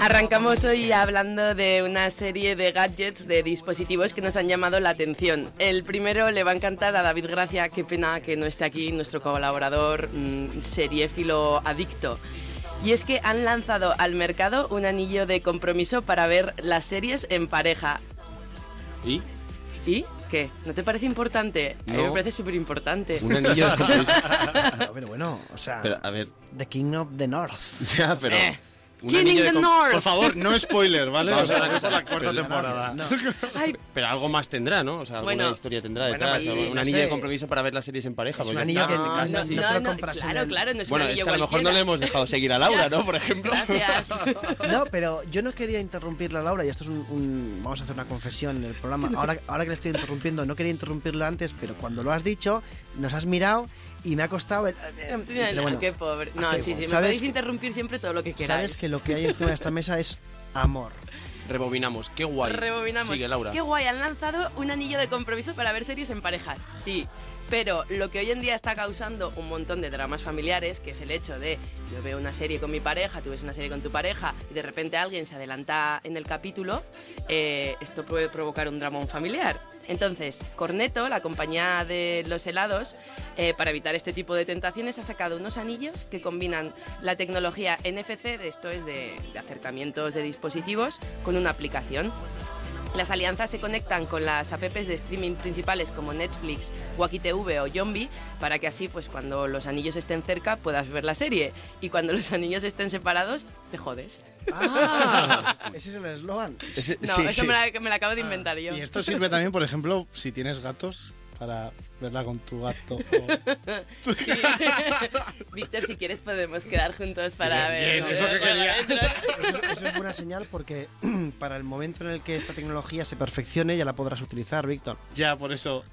Arrancamos hoy hablando de una serie de gadgets, de dispositivos que nos han llamado la atención. El primero le va a encantar a David Gracia, qué pena que no esté aquí, nuestro colaborador mm, seriéfilo adicto. Y es que han lanzado al mercado un anillo de compromiso para ver las series en pareja. ¿Y? ¿Y qué? ¿No te parece importante? A mí me No. parece súper importante. Un anillo de compromiso. Pero bueno, o sea, Pero, a ver, The King of the North. ya, pero. un Eh, King anillo in de the com- North. Por favor, no spoiler, ¿vale? Vamos O sea, a la vamos cosa. a la cuarta Pero- temporada. Ay, Pero algo más tendrá, ¿no? O sea, alguna Bueno. historia tendrá Bueno, detrás. pues, o sí, un no anillo sé. de compromiso para ver las series en pareja. Es pues un ya anillo está, que te no- casas y- no- no, lo no, compras en claro, el- claro, no es un Bueno, anillo es que a lo mejor no cualquiera. le hemos dejado seguir a Laura, ¿no? Por ejemplo. Gracias. No, pero yo no quería interrumpirla a Laura y esto es un, un- Vamos a hacer una confesión en el programa. Ahora, ahora que le estoy interrumpiendo, no quería interrumpirlo antes, pero cuando lo has dicho, nos has mirado y me ha costado... el- eh, Pero bueno, qué pobre. No, hace- sí, sí, me ¿sabes podéis que- interrumpir siempre todo lo que queráis. sabes que lo que hay encima de esta mesa es amor. Rebobinamos, qué guay. Rebobinamos. Sigue, Laura. Qué guay, han lanzado un anillo de compromiso para ver series en pareja. Sí. Pero lo que hoy en día está causando un montón de dramas familiares, que es el hecho de yo veo una serie con mi pareja, tú ves una serie con tu pareja, y de repente alguien se adelanta en el capítulo, eh, esto puede provocar un dramón familiar. Entonces, Corneto, la compañía de los helados, eh, para evitar este tipo de tentaciones, ha sacado unos anillos que combinan la tecnología NFC, de esto es de- de acercamientos de dispositivos, con una aplicación. Las alianzas se conectan con las apps de streaming principales como Netflix, Wacky TV o Yombi para que así, pues cuando los anillos estén cerca, puedas ver la serie. Y cuando los anillos estén separados, te jodes. Ese es el eslogan. Ese- No, sí, eso sí. Me, la, me la acabo de inventar yo. Ah, Y esto sirve también, por ejemplo, si tienes gatos, para verla con tu gato. o- Sí. Víctor, si quieres podemos quedar juntos para ver. Bien, bien, eso que quería. Eso, eso es buena señal porque para el momento en el que esta tecnología se perfeccione ya la podrás utilizar, Víctor. eh, Ya, por eso.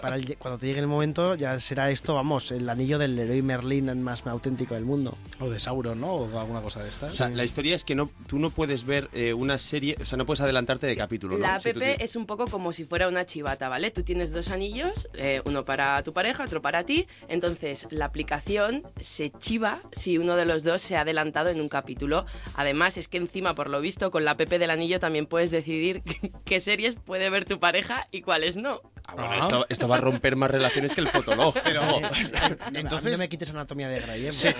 Para el- cuando te llegue el momento ya será esto, vamos, el anillo del Leroy Merlin más auténtico del mundo. O de Sauron, ¿no? O alguna cosa de O estas. sea, la historia es que no, tú no puedes ver eh, una serie, o sea, no puedes adelantarte de capítulo, ¿no? La app Si tú te- es un poco como si fuera una chivata, ¿vale? Tú tienes dos anillos, eh, uno para tu pareja, otro para ti. Entonces, la aplicación se chiva si uno de los dos se ha adelantado en un capítulo. Además, es que encima, por lo visto, con la app del anillo también puedes decidir qué series puede ver tu pareja y cuáles no. Ah, bueno, esto, esto va a romper más relaciones que el fotolog. Pero, Entonces, no entonces, me quites anatomía de Grey. ¿eh? se,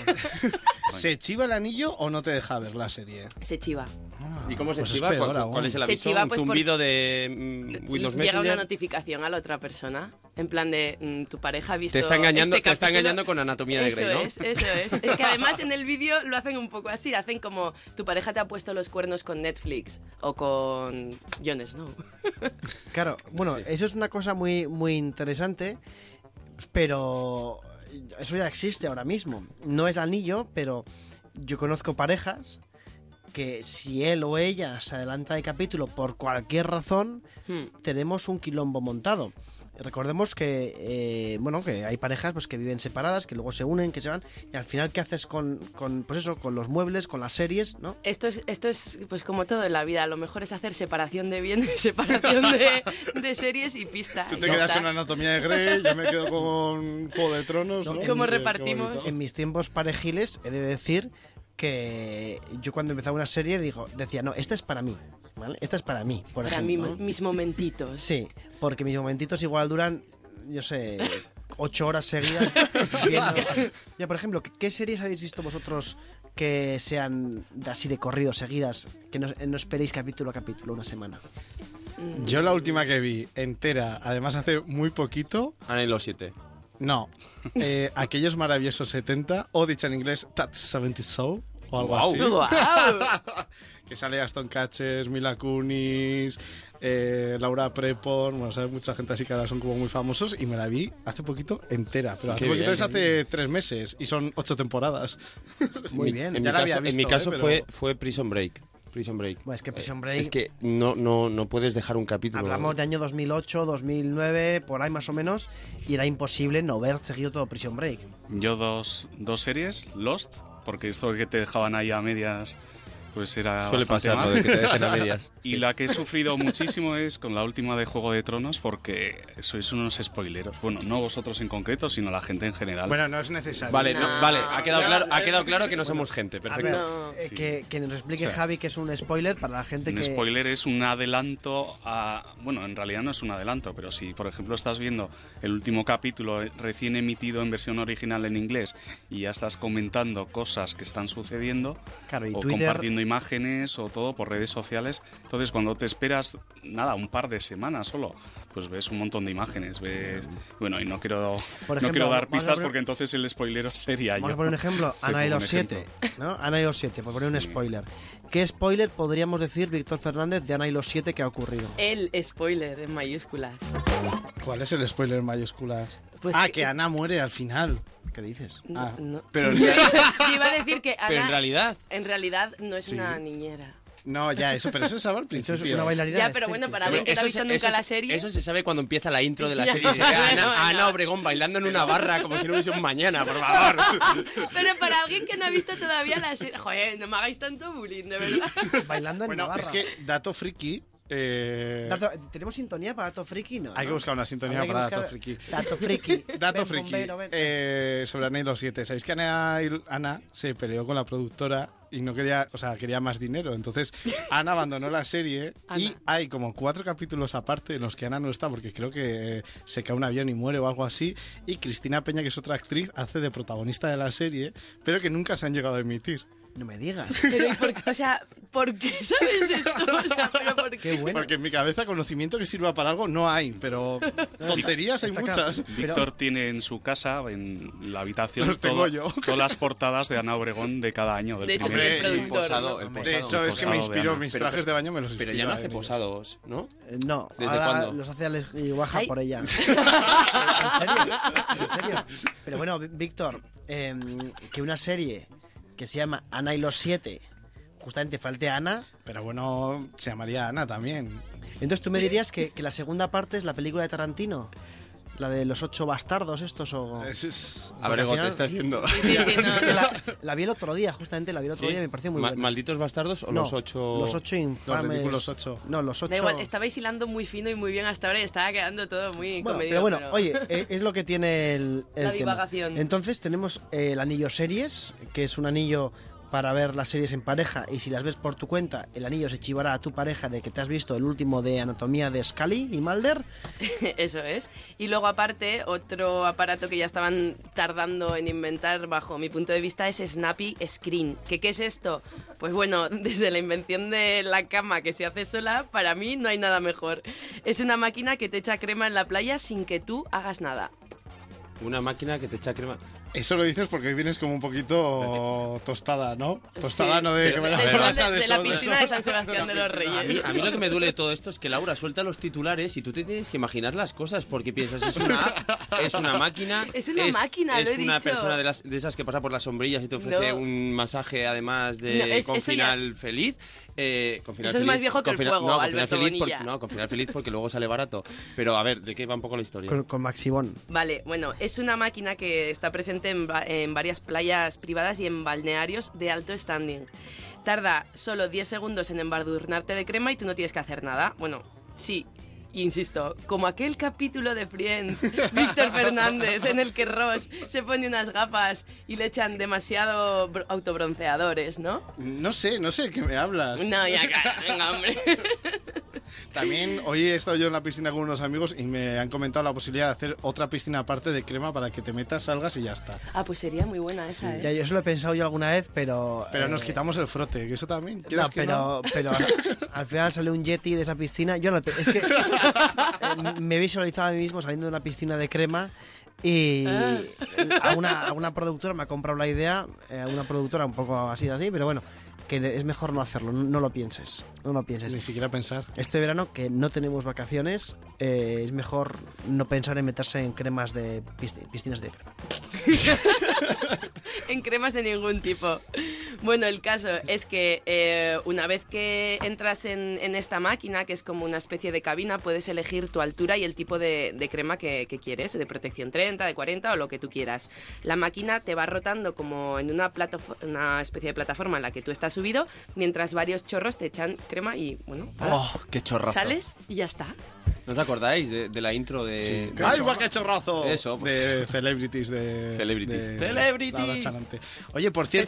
¿se chiva el anillo o no te deja ver la serie? Se chiva. ¿Y cómo se Pues es chiva? peor ¿Cuál, aún. cuál es el Se aviso? chiva, ¿Un pues, por- zumbido de mm, Windows Llega una Messenger? notificación a la otra persona, en plan de mm, tu pareja ha visto. Te está engañando, este te está capítulo". engañando con anatomía de eso Grey, ¿no? es, eso es. Es que además en el vídeo lo hacen un poco así, hacen como tu pareja te ha puesto los cuernos con Netflix o con Jon Snow. Claro, bueno, eso es una cosa muy, muy interesante, pero eso ya existe ahora mismo. No es anillo, pero yo conozco parejas que si él o ella se adelanta de capítulo por cualquier razón, Hmm. tenemos un quilombo montado. Recordemos que eh, bueno que hay parejas pues que viven separadas, que luego se unen, que se van, y al final qué haces con, con pues eso, con los muebles, con las series, ¿no? Esto es, esto es pues como todo en la vida, lo mejor es hacer separación de bienes, separación de, de series y pista. Tú y te ya quedas está. con Anatomía de Grey, yo me quedo con Juego de Tronos. ¿no? ¿Cómo Qué- qué repartimos? bonito. En mis tiempos parejiles he de decir que yo cuando empezaba una serie digo, decía, no, esta es para mí, ¿vale? Esta es para mí, por Para mí, ejemplo. mis momentitos. Sí, porque mis momentitos igual duran, yo sé, ocho horas seguidas. viendo- Ya, por ejemplo, ¿qué- ¿qué series habéis visto vosotros que sean de- así de corrido seguidas, que no, no esperéis capítulo a capítulo una semana? Yo la última que vi entera, además hace muy poquito, Ahora en los siete. No. Eh, aquellos maravillosos 70, o dicho en inglés, That 70 Show, o algo Guau. así. ¡Guau! Que sale Aston Catches, Mila Kunis, eh, Laura Prepon, bueno, sabes, mucha gente así que ahora son como muy famosos, y me la vi hace poquito entera. Pero hace Qué poquito bien. es hace tres meses, y son ocho temporadas. Muy Mi- bien. En Ya mi la caso, había en mi visto, caso ¿eh? Pero- fue, fue Prison Break. Prison Break. Bueno, es que Prison Eh, Break- Es que no, no, no puedes dejar un capítulo. Hablamos de año 2008, 2009, por ahí más o menos, y era imposible no ver seguido todo Prison Break. Yo dos, dos series, Lost, porque esto que te dejaban ahí a medias, pues era Suele bastante pasar lo mal. de que te dejen a medias. Y la que he sufrido muchísimo es con la última de Juego de Tronos porque sois unos spoileros. Bueno, no vosotros en concreto, sino la gente en general. Bueno, no es necesario. Vale, no, No, vale, ha quedado, no, claro, ha no. quedado claro que no somos gente, A perfecto. ver, No. eh, Sí. que, que nos explique O sea, Javi que es un spoiler para la gente Un que... spoiler es un adelanto a... Bueno, en realidad no es un adelanto, pero si, por ejemplo, estás viendo el último capítulo eh, recién emitido en versión original en inglés y ya estás comentando cosas que están sucediendo Claro, y o Twitter... compartiendo imágenes o todo por redes sociales, entonces cuando te esperas, nada, un par de semanas solo, pues ves un montón de imágenes. Ves... Bueno, y no quiero, Por no ejemplo, quiero dar vamos a pistas poner- porque entonces el spoilero sería Vamos yo. a poner un ejemplo, Te Ana y pongo los un 7, ¿no? Ana y los 7, por poner un Sí. spoiler. ¿Qué spoiler podríamos decir, Víctor Fernández, de Ana y los 7 que ha ocurrido? El spoiler en mayúsculas. ¿Cuál es el spoiler en mayúsculas? Pues ah, que- que... Ana muere al final. ¿Qué dices? N- Ah, no. Pero, en Yo real- iba a decir que pero en Ana, realidad, en realidad no es Sí. una niñera. No, ya, eso, pero eso es al Eso principio. es una bailarina. Ya, de pero bueno, striptease. para alguien que no ha visto nunca eso la se- serie. eso se sabe cuando empieza la intro de la Ya, serie. Se ve bueno, a Ana, a bueno. Ana Obregón bailando en una barra como si no hubiese un mañana, por favor. Pero para alguien que no ha visto todavía la serie. Joder, no me hagáis tanto bullying, de verdad. Bailando en Bueno, Navarra. es que dato friki. eh, Dato- ¿Tenemos sintonía para Dato Friki? No, Hay ¿no? que buscar una sintonía Habría que para buscar Dato Friki. Dato Friki. Dato Ven, friki. bombero, ven. eh, sobre Ana y los 7. ¿Sabéis que Ana, y- Ana se peleó con la productora y no quería, o sea, quería más dinero? Entonces, Ana abandonó la serie y Ana. hay como cuatro capítulos aparte en los que Ana no está porque creo que eh, se cae un avión y muere o algo así. Y Cristina Peña, que es otra actriz, hace de protagonista de la serie, pero que nunca se han llegado a emitir. No me digas. Pero, ¿y por qué? O sea, ¿por qué sabes esto? O sea, pero ¿por qué? Qué bueno. Porque en mi cabeza conocimiento que sirva para algo no hay, pero tonterías hay Está claro. muchas. Pero- Víctor tiene en su casa, en la habitación, Los tengo todo- yo. todas las portadas de Ana Obregón de cada año. Del De hecho, primer es el libro. el productor. posado, el De posado. De hecho, es que posado me de inspiró, Ana. mis Pero- trajes de baño me los Pero inspiró ya no a hace él. posados, ¿no? Eh, No, ¿Desde ahora cuándo? los hace Alex y Guaja Ay. por ella. ¿En serio? ¿En serio? Pero bueno, Ví- Víctor, eh, que una serie que se llama Ana y los siete, justamente falte Ana, Pero bueno, se llamaría Ana también. entonces tú me dirías que, que la segunda parte es la película de Tarantino, la de los ocho bastardos estos o... Es- es- A ver, al ¿qué final- está haciendo? Sí, sí, no, no. La, la vi el otro día, justamente la vi el otro día y me pareció muy Ma- buena. ¿Malditos bastardos o No, los ocho? Los ocho infames. Los ridículos ocho. No, los ocho. Da igual, estabais hilando muy fino y muy bien hasta ahora y estaba quedando todo muy Bueno, comedido. pero bueno, oye, eh, es lo que tiene el, el La tema. divagación. Entonces tenemos eh, el anillo series, que es un anillo para ver las series en pareja y si las ves por tu cuenta, el anillo se chivará a tu pareja de que te has visto el último de Anatomía de Scully y Mulder. Eso es. Y luego aparte, otro aparato que ya estaban tardando en inventar bajo mi punto de vista es Snappy Screen. ¿Qué, ¿Qué es esto? Pues bueno, desde la invención de la cama que se hace sola, para mí no hay nada mejor. Es una máquina que te echa crema en la playa sin que tú hagas nada. Una máquina que te echa crema. Eso lo dices porque hoy vienes como un poquito tostada, ¿no? Tostada Sí. no de que me Pero- la pero- playa de- de sol, la piscina sol. de San Sebastián de los Reyes. A mí, a mí lo que me duele de todo esto es que Laura suelta los titulares y tú te tienes que imaginar las cosas porque piensas, es una app, es una máquina. Es una máquina, Es lo he una dicho. persona de, las- de esas que pasa por las sombrillas y te ofrece No. un masaje además de No, es- con eso ya- final feliz. eh, con final Eso es feliz- más viejo que con el final- fuego, no, con Alberto final feliz por- Bonilla. no, con final feliz porque luego sale barato. Pero a ver, ¿de qué va un poco la historia? Con, con Maximón. Vale, bueno, es una máquina que está presente en, va- en varias playas privadas y en balnearios de alto standing. Tarda solo 10 segundos en embadurnarte de crema y tú no tienes que hacer nada. Bueno, sí, insisto, como aquel capítulo de Friends, Víctor Fernández, en el que Ross se pone unas gafas y le echan demasiado bro- autobronceadores, ¿no? No sé, no sé de qué me Ah, hablas. No, ya, claro, venga, hombre. También hoy he estado yo en la piscina con unos amigos y me han comentado la posibilidad de hacer otra piscina aparte de crema para que te metas, salgas y ya está. Ah, pues sería muy buena esa, ¿eh? Ya, yo eso lo he pensado yo alguna vez, pero... Pero nos eh, quitamos el frote, que eso también. No, ¿quieres que no? pero, pero al final sale un yeti de esa piscina. Yo no te- es que eh, me visualizaba a mí mismo saliendo de una piscina de crema y a una, a una productora me ha comprado la idea, eh, a una productora un poco así de así, pero bueno, que es mejor no hacerlo, no, no lo pienses, no lo Ni pienses. siquiera pensar. Este verano que no tenemos vacaciones, eh, es mejor no pensar en meterse en cremas de pisci- piscinas de crema. en cremas de ningún tipo. Bueno, el caso es que eh, una vez que entras en, en esta máquina, que es como una especie de cabina, puedes elegir tu altura y el tipo de, de crema que, que quieres, de protección 30, de 40 o lo que tú quieras. La máquina te va rotando como en una, plato, una especie de plataforma en la que tú estás subido, mientras varios chorros te echan crema y, bueno, ala, ¡Oh, qué chorrazo! sales y ya está. ¿No os acordáis de, de la intro de... de- ¡Ay, va, qué chorrazo! Eso, pues de eso. celebrities de. Celebrities. de Celebrities. Laura Chanante. Oye, por cierto,